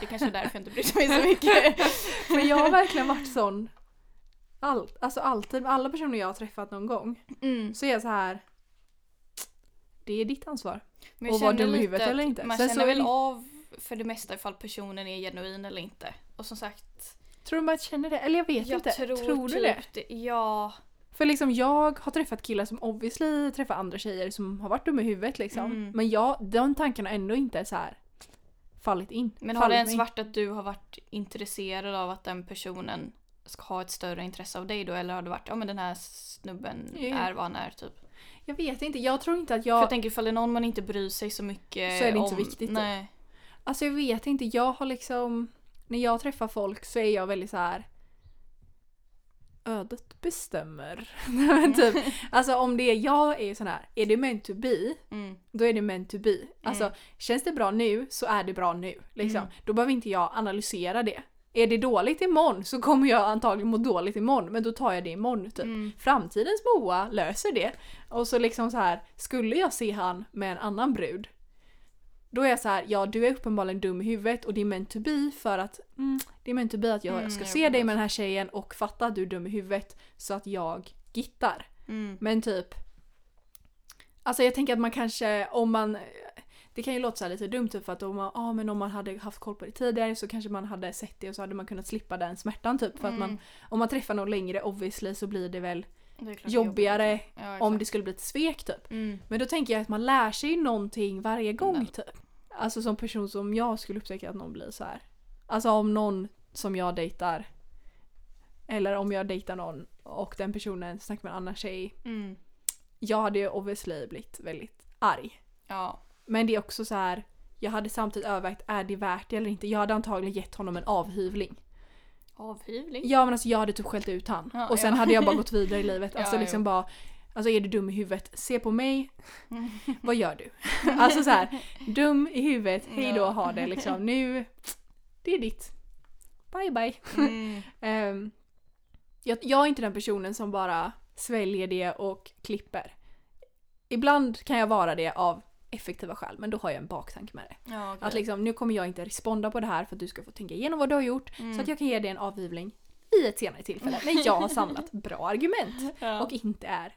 det kanske är därför jag inte brydde mig så mycket.
Men jag har verkligen varit sån. All, alltså alltid, med alla personer jag har träffat någon gång.
Mm.
Så är jag så här. Det är ditt ansvar.
Men jag
Och vara
känner
dum i huvudet
lite
eller
att
inte.
Man
Sen
känner
så-
väl av för det mesta ifall personen är genuin eller inte. Och som sagt,
Tror du man känner det? Eller jag vet
jag
inte.
tror,
du
typ
det?
Ja.
För liksom jag har träffat killar som obviously träffar andra tjejer som har varit dumma i huvudet liksom.
Mm.
Men jag, de tankarna har ändå inte så här fallit in.
Men har
fallit
det ens
mig.
varit att du har varit intresserad av att den personen ska ha ett större intresse av dig då? Eller har det varit, ja men den här snubben
Ja.
är vad han är typ?
Jag vet inte, jag tror inte att
För
jag...
jag tänker ifall det är någon man inte bryr sig så mycket
Så är det
om.
inte så viktigt, typ.
Nej.
Alltså jag vet inte, jag har liksom... När jag träffar folk så är jag väldigt så här. Ödet bestämmer. Nej, men typ, alltså om det är jag är ju sån här, är det meant to be,
Mm.
då är det meant to be. Alltså känns det bra nu så är det bra nu. Liksom.
Mm.
Då behöver inte jag analysera det. Är det dåligt imorgon så kommer jag antagligen må dåligt imorgon men då tar jag det imorgon typ.
Mm.
Framtidens Moa löser det. Och så liksom så här, skulle jag se han med en annan brud då är jag så här, ja du är uppenbarligen dum i huvudet och det är meant to be för att mm, det är meant to be att jag
Mm,
ska
jag
se dig
vet.
med den här tjejen och fatta att du är dum i huvudet så att jag gittar.
Mm.
Men typ... Alltså jag tänker att man kanske om man... Det kan ju låta så här lite dumt typ för att om man, ah, men om man hade haft koll på det tidigare så kanske man hade sett det och så hade man kunnat slippa den smärtan typ. För att man,
Mm.
om man träffar någon längre obviously så blir det väl
Det är klart det är
jobbigare
jobbigt. Ja,
om det
exakt.
skulle bli ett svek typ.
Mm.
Men då tänker jag att man lär sig någonting varje gång
Nej.
typ. Alltså som person som jag skulle upptäcka att någon blir så här. Alltså om någon som jag dejtar eller om jag dejtar någon och den personen snackar med en annan tjej
Mm.
jag hade ju obviously blivit väldigt arg.
Ja.
Men det är också så här, jag hade samtidigt övervägt, är det värt det eller inte? Jag hade antagligen gett honom en avhyvling.
Avhyvling?
Ja men alltså jag hade typ skällt ut han.
Ja,
och sen
ja.
hade jag bara gått vidare i livet.
Ja,
Alltså
jo.
liksom bara, alltså är du dum i huvudet? Se på mig, vad gör du? alltså så här, dum i huvudet, hej då
Ja.
ha det liksom. Nu, det är ditt. Bye bye.
Mm.
Ehm, jag, jag är inte den personen som bara sväljer det och klipper. Ibland kan jag vara det av effektiva skäl, men då har jag en baktanke med det.
Ja, okej.
Att liksom, nu kommer jag inte responda på det här för att du ska få tänka igenom vad du har gjort
Mm.
så att jag kan ge dig en avvivling i ett senare tillfälle när jag har samlat bra argument
ja.
och inte är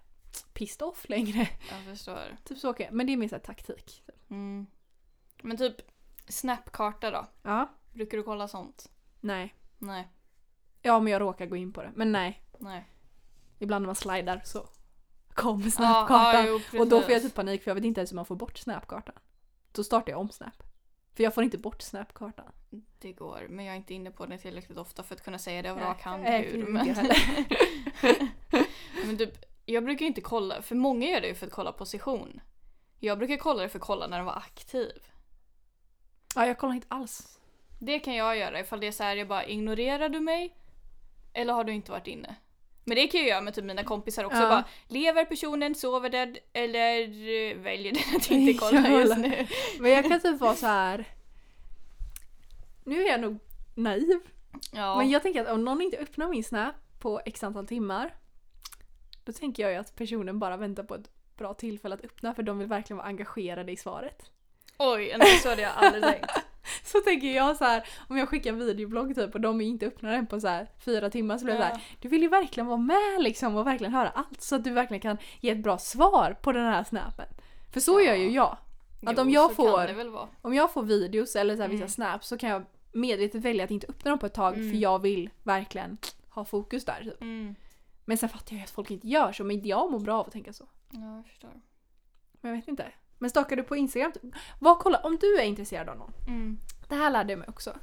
pissed off längre.
Jag förstår.
Typ så kan jag, men det är min så här taktik.
Mm. Men typ snapkarta då?
Ja.
Brukar du kolla sånt?
Nej.
Nej.
Ja, men jag råkar gå in på det. Men nej,
Nej.
ibland när man slidar så kommer
Ja,
snapkartan.
ja, jo,
Och då får jag
precis.
typ panik för jag vet inte ens hur man får bort snapkartan. Då startar jag om snap. För jag får inte bort snapkartan.
Det går, men jag är inte inne på det tillräckligt ofta för att kunna säga det av
Nej,
rak hand.
nej,
hur,
det
men...
gör
men typ, jag brukar inte kolla, för många gör det ju för att kolla position. Jag brukar kolla det för att kolla när den var aktiv.
Ja, jag kollar inte alls.
Det kan jag göra ifall det är så här, jag bara ignorerar du mig? Eller har du inte varit inne? Men det kan jag göra med typ mina kompisar också.
Ja.
Bara, lever personen, sover den eller eh, väljer den att inte kolla
Jag
just
håller.
nu?
Men jag kan typ vara så här. Nu är jag nog naiv.
Ja.
Men jag tänker att om någon inte öppnar min snap på x antal timmar. Då tänker jag ju att personen bara väntar på ett bra tillfälle att öppna för de vill verkligen vara engagerade i svaret.
Oj, nej, så hade jag aldrig tänkt.
Så tänker jag så här, om jag skickar en videoblogg typ och de inte öppnar den på så här fyra timmar så blir det så här,
Ja.
Du vill ju verkligen vara med liksom och verkligen höra allt så att du verkligen kan ge ett bra svar på den här snapen. För så
Ja.
gör ju jag. Att
Jo,
om jag
så
får-
Kan det väl vara.
Om jag får videos eller så här vissa
Mm.
snaps så kan jag medvetet välja att inte öppna dem på ett tag
Mm.
för jag vill verkligen ha fokus där. Typ.
Mm.
Men sen fattar jag ju att folk inte gör så men jag mår bra av att tänka så.
Ja, jag förstår.
Men jag vet inte. Men stakar du på Instagram? typ? Vad kolla, om du är intresserad av någon.
Mm.
Det här lärde jag mig också.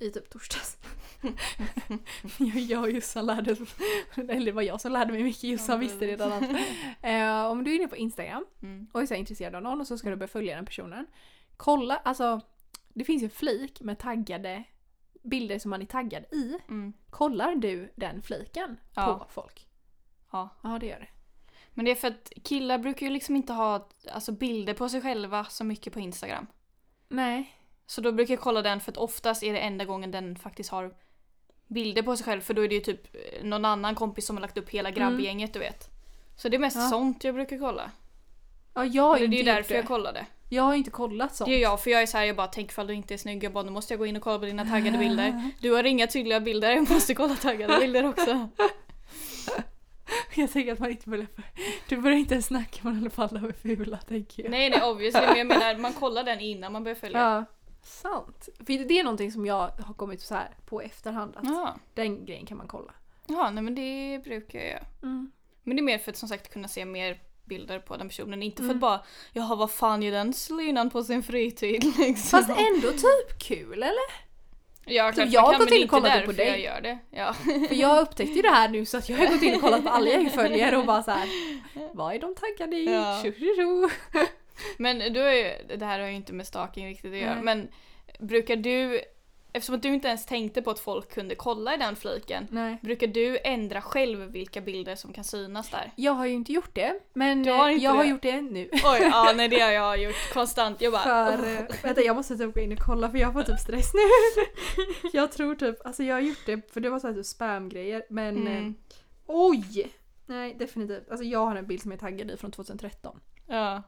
I typ torsdags. jag, jag och Jossan lärde Eller det var jag som lärde mig mycket, Jossan visste redan allt. Eh, om du är inne på Instagram
Mm.
och är så här intresserad av någon och så ska du börja följa den personen. Kolla, alltså det finns ju en flik med taggade bilder som man är taggad i.
Mm.
Kollar du den fliken
Ja.
på folk?
Ja.
Ja, det gör det.
Men det är för att killar brukar ju liksom inte ha alltså, bilder på sig själva så mycket på Instagram.
Nej.
Så då brukar jag kolla den för att oftast är det enda gången den faktiskt har bilder på sig själv för då är det ju typ eh, någon annan kompis som har lagt upp hela grabbgänget du vet. Så det är mest
Mm. Ja.
sånt jag brukar kolla.
Ja, jag har
det är
inte
ju
gjort
därför
det.
jag kollade.
Jag har inte kollat sånt.
Det är jag, för jag är så här, jag bara tänk ifall du inte är snygg, jag bara nu måste jag gå in och kolla på dina taggade bilder. Du har inga tydliga bilder, jag måste kolla taggade bilder också.
Jag tänker att man inte börjar... Du börjar inte ens snacka man håller på alla med fula tänker jag.
Nej nej obviously, men jag menar man kollar den innan man börjar följa.
Ja. Sant. För det är någonting som jag har kommit så här på i efterhand att
Ja.
den grejen kan man kolla.
ja, nej men det brukar jag göra.
Mm.
Men det är mer för att som sagt kunna se mer bilder på den personen, inte för
Mm.
att bara jaha vad fan gör den slynan på sin fritid liksom.
Fast ändå typ kul eller?
ja, klart,
jag
man
har
kan,
gått
men
in och
inte
kollat det på
därför Jag
dig.
gör det. Ja.
För jag upptäckte ju det här nu så att jag har gått in och kollat på alla jag följer och bara så här. Vad är de taggade i?
Ja.
Tjururu.
Men du är ju, det här har ju inte med stalking riktigt att göra,
Nej.
men brukar du, eftersom att du inte ens tänkte på att folk kunde kolla i den fliken,
Nej.
brukar du ändra själv vilka bilder som kan synas där?
Jag har ju inte gjort det. Men
Du har
eh,
inte
jag har
det.
gjort det nu.
Oj, ja nej det har jag gjort konstant. Jag bara
För,
"Åh."
eh, vänta jag måste typ gå in och kolla för jag får typ stress nu. jag tror typ, alltså jag har gjort det för det var så här typ spamgrejer men eh,
mm.
oj! Nej definitivt. Alltså jag har en bild som jag är taggad i från 2013.
Ja.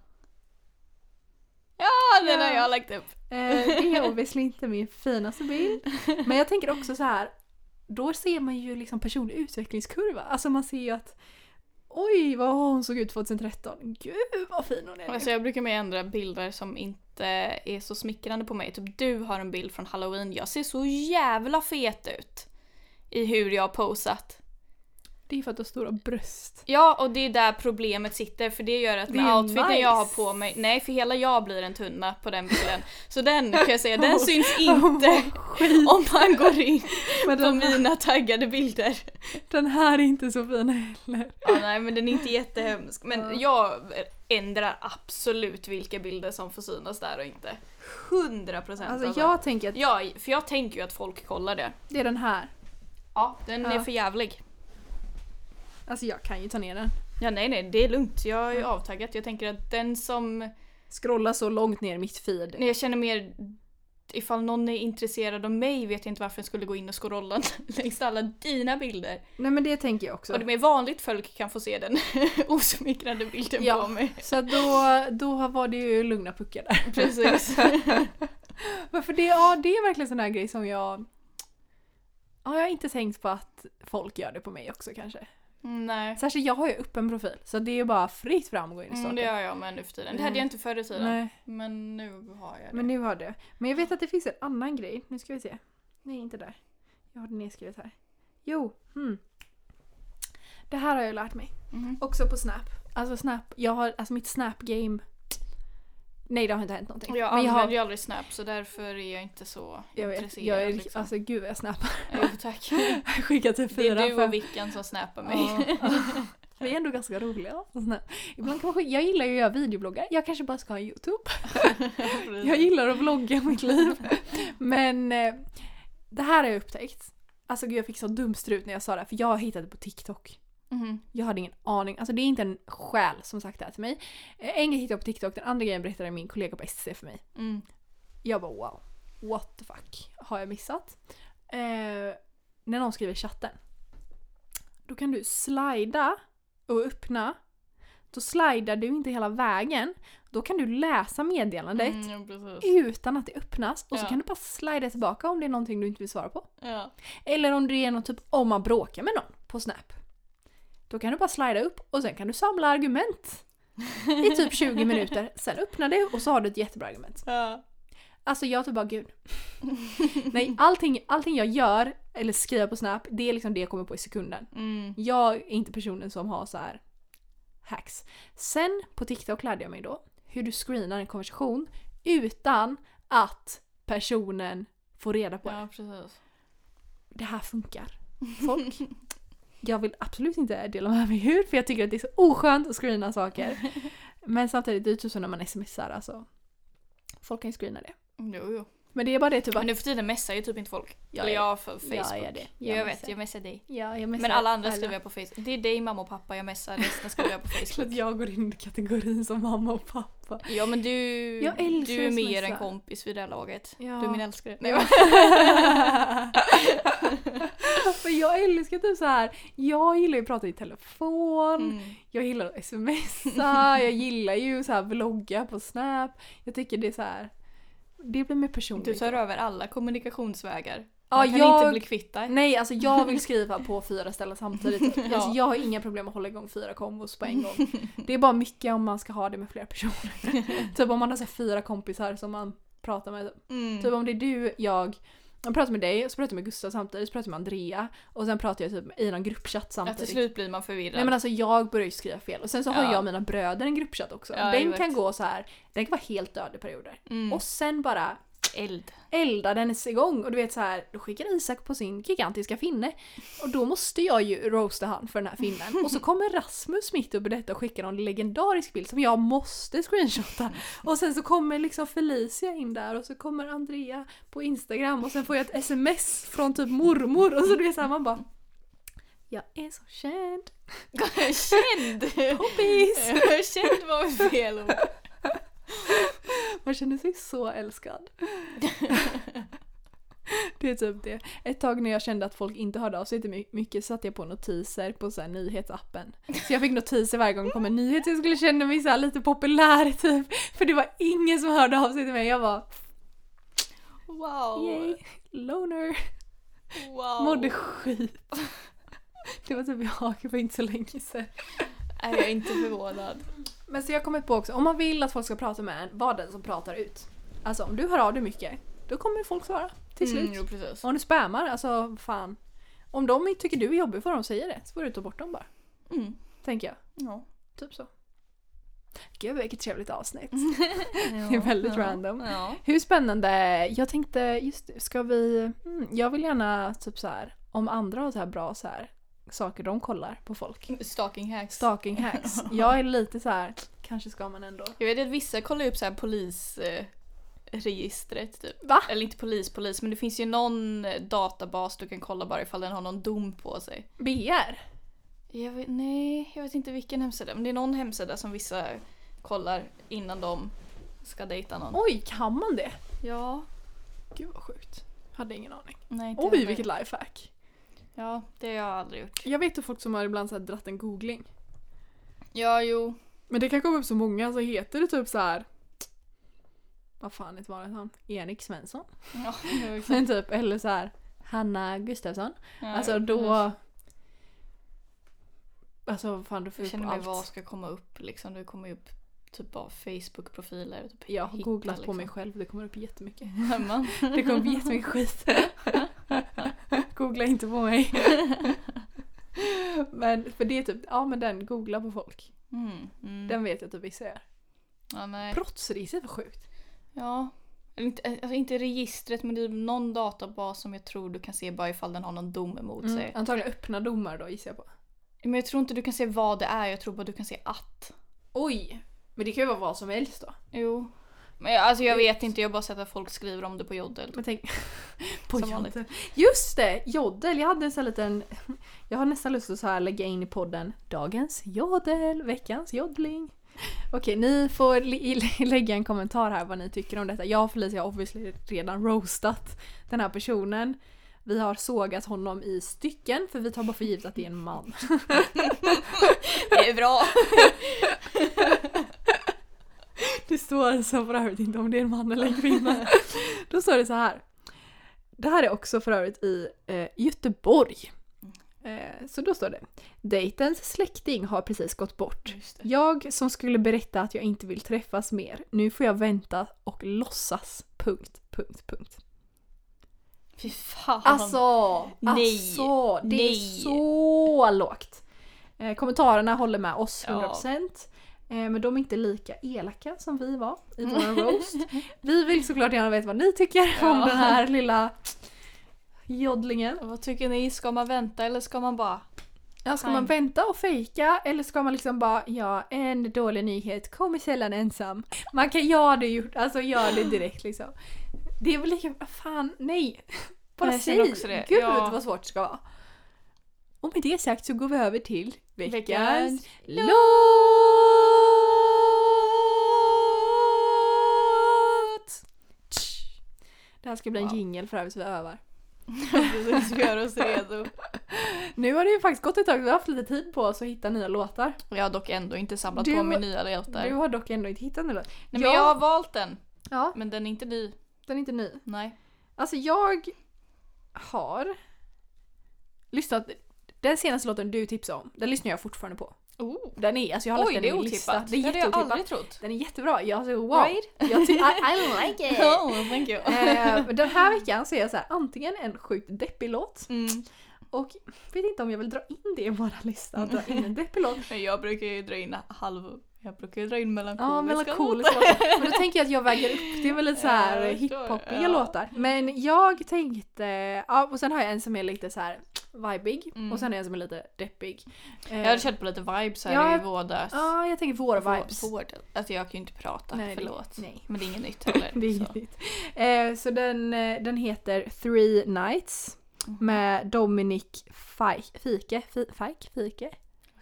Ja, den har
Ja.
jag lagt upp.
Eh, det är obviously inte min finaste bild. Men jag tänker också så här. då ser man ju liksom personlig utvecklingskurva. Alltså man ser ju att oj vad hon såg ut 2013. Gud vad fin hon är nu.
Alltså jag brukar mer ändra bilder som inte är så smickrande på mig. Typ du har en bild från halloween, jag ser så jävla fet ut. I hur jag har posat.
Det är för att du har stora bröst.
Ja, och det är där problemet sitter för det gör att
Det
med
är ju
outfiten
nice.
jag har på mig, nej för hela jag blir en tunna på den bilden. Så den kan jag säga, den syns inte
Skit!
om man går in
Men
på
den,
mina taggade bilder.
den här är inte så fin heller.
Ja, nej men den är inte jättehemsk.
Ja.
Men jag ändrar absolut vilka bilder som får synas där och inte. 100% procent
Alltså jag tänker att
Ja, för jag tänker ju att folk kollar det.
det är den här.
Ja, den
Ja.
är för jävlig.
Alltså jag kan ju ta ner den.
Ja, nej nej, det är lugnt. Jag har ju avtaggat. Jag tänker att den som
Scrolla så långt ner i mitt feed.
Nej, jag känner mer ifall någon är intresserad av mig vet jag inte varför jag skulle gå in och scrolla längs alla dina bilder.
Nej men det tänker jag också.
Och det mer vanligt folk kan få se den osmickrande bilden
Ja.
på mig.
Så att då, då var det ju lugna puckar där.
Precis.
Men för det, ja, det är verkligen sån här grej som jag... Ja, jag har inte tänkt på att folk gör det på mig också kanske.
Nej.
Särskilt jag har ju öppen profil så det är bara fritt fram att gå in i
Mm,
stalken.
det gör jag med nu för tiden. Det hade jag inte förr i tiden.
Mm. Nej,
Men nu har jag det.
men nu har det. Men jag vet att det finns en annan grej. Nu ska vi se. Nej, inte där. Jag har det nedskrivet här. Jo, hmm. Det här har jag lärt mig.
Mhm.
Också på Snap. Alltså Snap, jag har, alltså mitt Snap-game. Nej det har inte hänt någonting.
Och Jag
Men
använder
har-
ju aldrig Snap så därför alltså, är jag inte så
jag vet,
intresserad.
jag är,
liksom.
alltså gud vad jag snappar.
Jo, tack.
Jag skickar till
Det
fyra,
är du
fem-
och Vickan som snappar mig.
Ja. Vi är ändå ganska roliga. och sådär. Ibland kan man, sk- jag gillar ju att göra videobloggar. Jag kanske bara ska ha en YouTube.
Precis.
Jag gillar att vlogga mitt liv. Men eh, det här har jag upptäckt. Alltså gud jag fick så dumstrut när jag sa det här, för jag hittade på TikTok.
Mhm.
Jag hade ingen aning. Alltså det är inte en själ som sagt det här till mig. Eh, En grej hittade jag på TikTok, den andra grejen berättade min kollega på SC för mig.
Mm.
Jag bara wow. What the fuck har jag missat? Eh, när någon skriver i chatten. Då kan du slida och öppna. Då slidar du inte hela vägen. Då kan du läsa meddelandet
Mm, ja, precis.
utan att det öppnas. Och så
Ja.
kan du bara slida tillbaka om det är någonting du inte vill svara på.
Ja.
Eller om det är något typ om man bråkar med någon på Snap. Då kan du bara slida upp och sen kan du samla argument. I typ 20 minuter. Sen öppnar det och så har du ett jättebra argument.
Ja.
Alltså jag typ bara gud. Nej, allting, allting jag gör eller skriver på Snap, det är liksom det jag kommer på i sekunden.
Mm.
Jag är inte personen som har så här hacks. Sen på TikTok lärde jag mig då hur du screenar en konversation utan att personen får reda på det.
Ja, precis.
Det här funkar. Folk. Jag vill absolut inte dela med mig hur för jag tycker att det är så oskönt att screena saker. Men samtidigt, det är typ som när man smsar alltså. Folk kan ju screena det.
Jo, jo.
Men det är bara det typ
Men
att...
nu för tiden messar ju typ inte folk.
Jag
Eller
är-
jag har för Facebook.
jag är det.
Jag,
Jag
jag vet,
messar.
jag messar dig.
Ja, jag
Men alla andra skriver jag på Facebook. Det är dig mamma och pappa jag messar, resten skriver jag på
Klart
Facebook.
jag går in i kategorin som mamma och pappa.
Ja men du,
Jag älskar
du är mer
smsar.
än kompis vid det här laget.
Ja.
Du är min älskare.
Nej,
Nej,
men-
men-
För jag älskar typ så här. jag gillar ju att prata i telefon,
Mm.
jag gillar att smsa, jag gillar ju så här vlogga på Snap. Jag tycker det är så här. det blir mer personligt.
Du tar över alla kommunikationsvägar.
Ja,
Man kan
jag-
inte bli kvitt dig.
Nej, alltså jag vill skriva på fyra ställen samtidigt. Alltså, jag har inga problem att hålla igång fyra kombos på en gång. Det är bara mycket om man ska ha det med flera personer. typ om man har så här, fyra kompisar som man pratar med.
Mm.
Typ om det är du, jag, jag pratar med dig, så pratar jag med Gustav samtidigt, så pratar jag med Andrea och sen pratar jag typ i någon gruppchatt
ja, till
samtidigt.
slut blir man förvirrad.
Nej men alltså jag börjar ju skriva fel och sen så har
Ja.
jag och mina bröder en gruppchatt också.
Ja, jag
den
vet.
kan gå så här, den kan vara helt död i perioder.
mm.
Och sen bara
eld.
eldar den igång och du vet så här, då skickar Isak på sin gigantiska finne och då måste jag ju roasta han för den här finnen och så kommer Rasmus mitt uppe i detta och skickar någon legendarisk bild som jag måste screenshotta och sen så kommer liksom Felicia in där och så kommer Andrea på Instagram och sen får jag ett sms från typ mormor och så du vet såhär man bara jag är så känd,
Känd!
poppis!
Känd var fel ord.
Man känner sig så älskad. Det är typ det. Ett tag när jag kände att folk inte hörde av sig till mig mycket satte jag på notiser på så här nyhetsappen. Så jag fick notiser varje gång det kom en nyhet så jag skulle känna mig så här lite populär typ. För det var ingen som hörde av sig till mig. Jag var
Wow.
yay, loner.
wow.
Mådde skit. Det var typ jag för inte så länge sedan.
Nej, jag är inte förvånad.
Men så jag har kommit på också, om man vill att folk ska prata med en, var den som pratar ut. Alltså om du hör av dig mycket, då kommer folk svara till slut.
Mm, jo, precis.
Om du spammar, alltså fan. Om de tycker du är jobbig får de säga det, så får du ta bort dem bara.
Mm.
Tänker jag.
Ja.
Typ så. Gud vilket trevligt avsnitt.
Ja.
Det är väldigt random.
Ja.
Hur spännande. Jag tänkte, just det, ska vi... Mm, jag vill gärna typ så här, om andra har så här bra så här, saker de kollar på folk.
Stalking hacks.
Stalking hacks. Jag är lite så här, kanske ska man ändå.
Jag vet att vissa kollar upp så här polisregistret typ.
Va?
Eller inte polis, polis, men det finns ju någon eh, databas du kan kolla bara ifall den har någon dom på sig.
BR?
Jag vet, nej, jag vet inte vilken hemsida. Men det är någon hemsida som vissa kollar innan de ska dejta någon.
Oj, kan man det?
Ja.
Gud vad sjukt. Hade ingen aning.
Nej, inte
Oj,
heller.
vilket lifehack.
Ja, det har jag aldrig gjort.
Jag vet ju folk som har ibland så här dratt en googling.
Ja, jo.
Men det kan komma upp så många, så heter det typ så här. Vad fan är ett vanligt namn? Erik Svensson.
Ja,
Men typ, eller så här. Hanna Gustafsson.
ja,
Alltså då... Alltså vad fan, du får
Jag
ju upp
känner mig, vad
allt.
ska komma upp liksom? Det kommer ju upp typ av Facebook-profiler. och Typ,
Jag har
hitta,
googlat på
liksom.
mig själv, det kommer upp jättemycket.
Hemma.
Det kommer upp jättemycket skit. Googla inte på mig. men för det är typ, ja men den, googla på folk.
Mm, mm.
Den vet jag typ vissa gör.
Ja, nej.
Brottsregistret var sjukt.
Ja. Eller Inte, alltså inte registret men det är någon databas som jag tror du kan se bara ifall den har någon dom emot sig.
Mm, antagligen öppna domar då gissar jag på.
Men jag tror inte du kan se vad det är, jag tror bara du kan se att.
Oj! Men det kan ju vara vad som helst då.
Jo. Men jag, alltså jag vet inte, jag har bara sett att folk skriver om det på Jodel.
Men tänk... på
Som vanligt.
jodel. Just det! Jodel! Jag hade en sån här liten... Jag har nästan lust att så här lägga in i podden Dagens jodel, veckans jodling. Okej, ni får li- lägga en kommentar här vad ni tycker om detta. Jag och Felicia har obviously redan roastat den här personen. Vi har sågat honom i stycken för vi tar bara för givet att det är en man.
Det är bra!
Det står så för övrigt inte om det är en man eller en kvinna. Då står det så här. Det här är också för övrigt i eh, Göteborg. Eh, så då står det. Dejtens släkting har precis gått bort.
Just det.
Jag som skulle berätta att jag inte vill träffas mer. Nu får jag vänta och låtsas. Punkt, punkt, punkt.
Fy fan.
Alltså!
Nej.
Alltså! Det
Nej.
är så lågt. Eh, kommentarerna håller med oss
Ja.
100%. Eh, men de är inte lika elaka som vi var i vår roast. Vi vill såklart gärna veta vad ni tycker om
Ja.
den här lilla joddlingen.
Vad tycker ni? Ska man vänta eller ska man bara...
Ja, ska
Fine.
man vänta och fejka eller ska man liksom bara ja, en dålig nyhet kommer sällan ensam. Man kan göra det, ju- alltså, gör det direkt liksom. Det är väl lika, vad fan, nej. Bara
Nej, jag känner
säg.
också det.
Gud
Ja.
vad svårt det ska vara. Och med det sagt så går vi över till veckans
Veckans
låt. Det här ska bli en
Wow.
jingle för övrigt så vi övar.
Precis, vi gör oss redo.
Nu har det ju faktiskt gått ett tag, vi har haft lite tid på oss att hitta nya låtar.
Jag har dock ändå inte samlat
Du-
på mig nya låtar.
Du
Nej,
har dock ändå inte hittat någon låt.
men
jag-
jag har valt den,
Ja,
men den är inte ny.
den är inte ny.
Nej.
Alltså jag har lyssnat, den senaste låten du tipsade om, den lyssnar jag fortfarande på.
Oh.
Den är, alltså jag har lagt
Oj,
den
det
i
är
min lista.
otippat. Det, hade jag aldrig trott.
Den är jättebra, jag så wow.
Right?
Jag ty- I, I like it!
Oh, thank you.
Eh, men den här veckan så är jag så här, antingen en sjukt deppig låt
Mm.
och vet inte om jag vill dra in det i våran lista, att dra in en deppig låt.
Men jag brukar ju dra in halv... Jag brukar ju dra in melankoliska
Ja,
låtar.
melankoliska låtar. Men då tänker jag att jag väger upp, det är väl så
Ja,
här
jag förstår.
hiphopiga
Ja.
låtar. Men jag tänkte, ja och sen har jag en som är lite så här vibig
Mm.
och sen är en som är lite deppig. Eh,
Jag hade känt på lite vibes här
Ja,
i vårdas.
Ja, jag tänker våra vibes.
Vår, vår, alltså jag kan ju inte prata,
Nej, det-
förlåt.
nej.
Men det är inget nytt heller.
Det är
så.
gilligt. Eh, så den, eh, den heter Three Nights
Mm.
med Dominic Fike. Fike? Fi- Fike? Fike?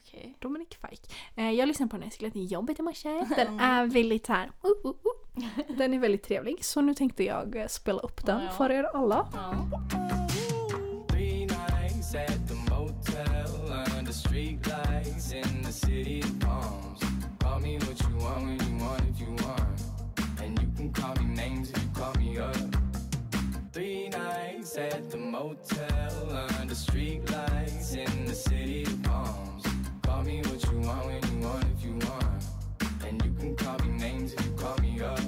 Okej.
Dominic Fike. Eh, jag lyssnade på den när jag skulle till jobbet i morse. Den
Mm.
är väldigt här. Uh, uh, uh. Den är väldigt trevlig så nu tänkte jag eh, spela upp den
Ja.
för er alla.
Ja.
Three nights at the motel under street lights in the city of palms. Call me what you want when you want if you want. And you can call me names if you call me up. Three nights at the motel under street lights in the city of palms. Call me what you want when you want if you want. And you can call me names if you call me up.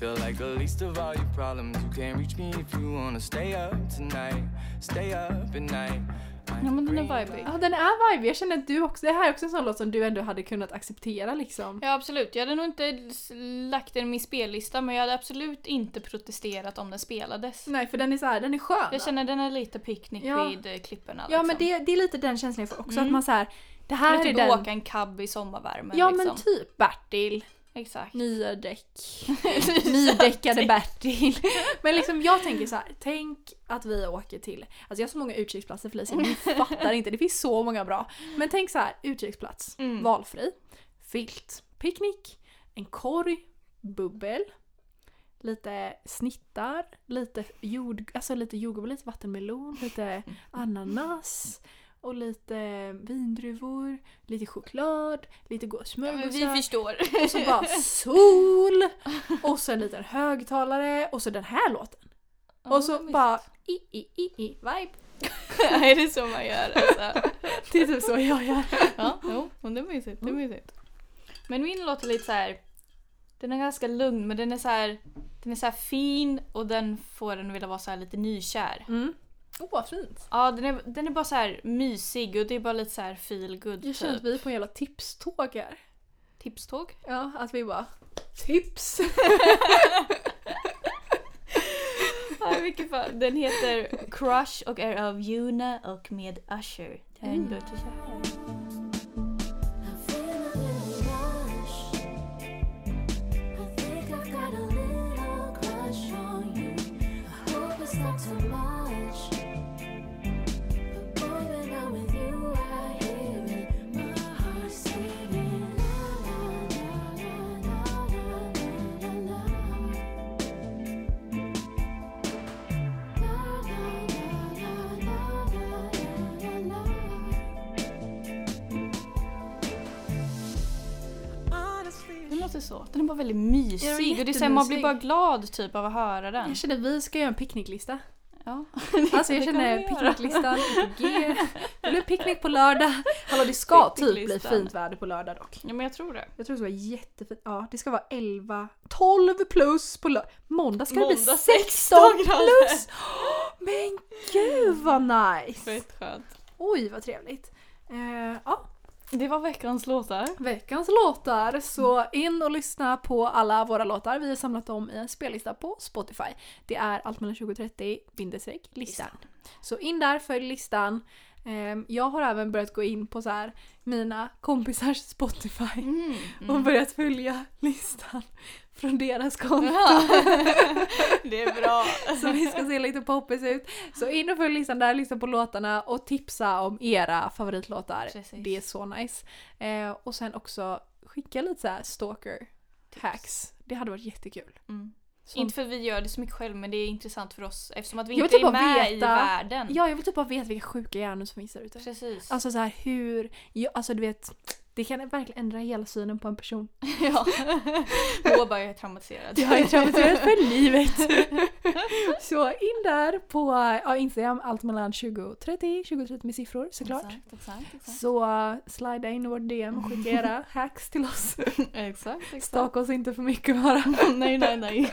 Feel like the least of all your problems. You can't reach me if you wanna stay up tonight. Stay up at night.
ja, men den är
Green light.
vibig.
Ja den är vibe. Jag känner att du också, det här är också en sån låt som du ändå hade kunnat acceptera liksom.
Ja absolut, jag hade nog inte s- lagt den i min spellista men jag hade absolut inte protesterat om den spelades.
Nej för den är så här, den är skön.
Jag känner den är lite picknick
Ja.
vid eh, klipporna.
ja
liksom.
men det, det är lite den känslan jag får också
Mm.
att man så här, det
Eller
här är
typ
den.
åka en cab i sommarvärmen
ja
liksom.
men typ Bertil.
Exakt.
Nya däck. Nydäckade Bertil. Men liksom jag tänker så här, tänk att vi åker till, alltså jag har så många utkiksplatser Felicia, ni fattar inte, det finns så många bra. Men tänk så här, utkiksplats,
Mm.
valfri, filt, picknick, en korg, bubbel, lite snittar, lite jord, alltså lite jordgubbar, lite vattenmelon, lite ananas. Och lite vindruvor, lite choklad, lite goda
Ja, men
smörgåsar.
vi förstår.
Och så bara sol! Och så en liten högtalare och så den här låten.
Ja,
och så
visst.
bara i, i, i, i, vibe.
är det så man gör alltså?
Det är typ så jag gör.
Ja, jo, men det är mysigt. Det är
Mm.
mysigt. Men min låt är lite så här. Den är ganska lugn men den är så här, den är så här fin och den får en vilja vara så här lite nykär.
Mm. Åh vad fint.
Ja, den är, den är bara så här mysig och det är bara lite så här feel good
Jag känner
typ.
att vi är på en jävla tipståg här.
Tipståg?
Ja, att vi bara tips.
Ja, i vilket fall. Den heter Crush och är av Juna och med Usher. Det är en låt jag kör.
I'm feeling really lush. I think I've got a little crush on you. I hope it's not too much. But boy, when I'm with you, I hear it. My heart singing la la la la la la la la la la la la la la.
Den låter så. Den är bara väldigt mysig
Ja,
och det är så här, man blir
jättemysig.
bara glad typ av att höra den.
Jag känner att vi ska göra en picknicklista.
Ja.
Alltså jag
Det kan
känner
vi göra.
picknicklistan, G. Det blir picknick på lördag. Hallå det ska typ bli
Picknicklistan.
fint väder på lördag dock.
Ja men jag tror det.
Jag tror det ska vara jättefint. Ja, det ska vara 11, 12 plus på lördag. Måndag ska det bli
Måndag
16
grader.
plus! Men gud vad nice!
Fett skönt.
Oj vad trevligt. Eh, ja,
Det var veckans låtar.
veckans låtar. Så in och lyssna på alla våra låtar. Vi har samlat dem i en spellista på Spotify. Det är allt mellan 20 och 30 bindestreck listan. Så in där, följ listan. Eh, jag har även börjat gå in på så här mina kompisars Spotify och börjat följa listan från deras konto.
Ja. det är bra.
Så vi ska se lite poppis ut. Så in och följ listan där, lyssna på låtarna och tipsa om era favoritlåtar.
Precis.
Det är så nice. Eh, och sen också skicka lite så här stalker hacks. Det hade varit jättekul.
Mm.
Sånt.
Inte för att vi gör det så mycket själv men det är intressant för oss eftersom att vi
Jag vill
inte
typ
är
bara
med i
veta-
världen.
Ja, jag vill typ bara veta vilka sjuka hjärnor som finns där ute.
Mm. Precis.
Alltså så här hur, ja, alltså du vet, det kan verkligen ändra hela synen på en person.
ja. Då bara jag är traumatiserad.
Jag har ju traumatiserat för livet. Så in där på ja, Instagram, allt mellan 2030, 2030 med siffror såklart.
Exakt, exakt, exakt.
Så uh, slida in i vårt DM och skicka era hacks till oss.
exakt, exakt.
Staka oss inte för mycket bara.
nej, nej, nej.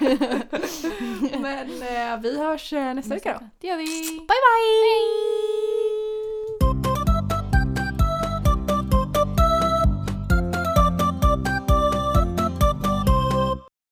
Men eh, vi hörs eh, nästa vecka då.
Det gör vi.
bye! bye.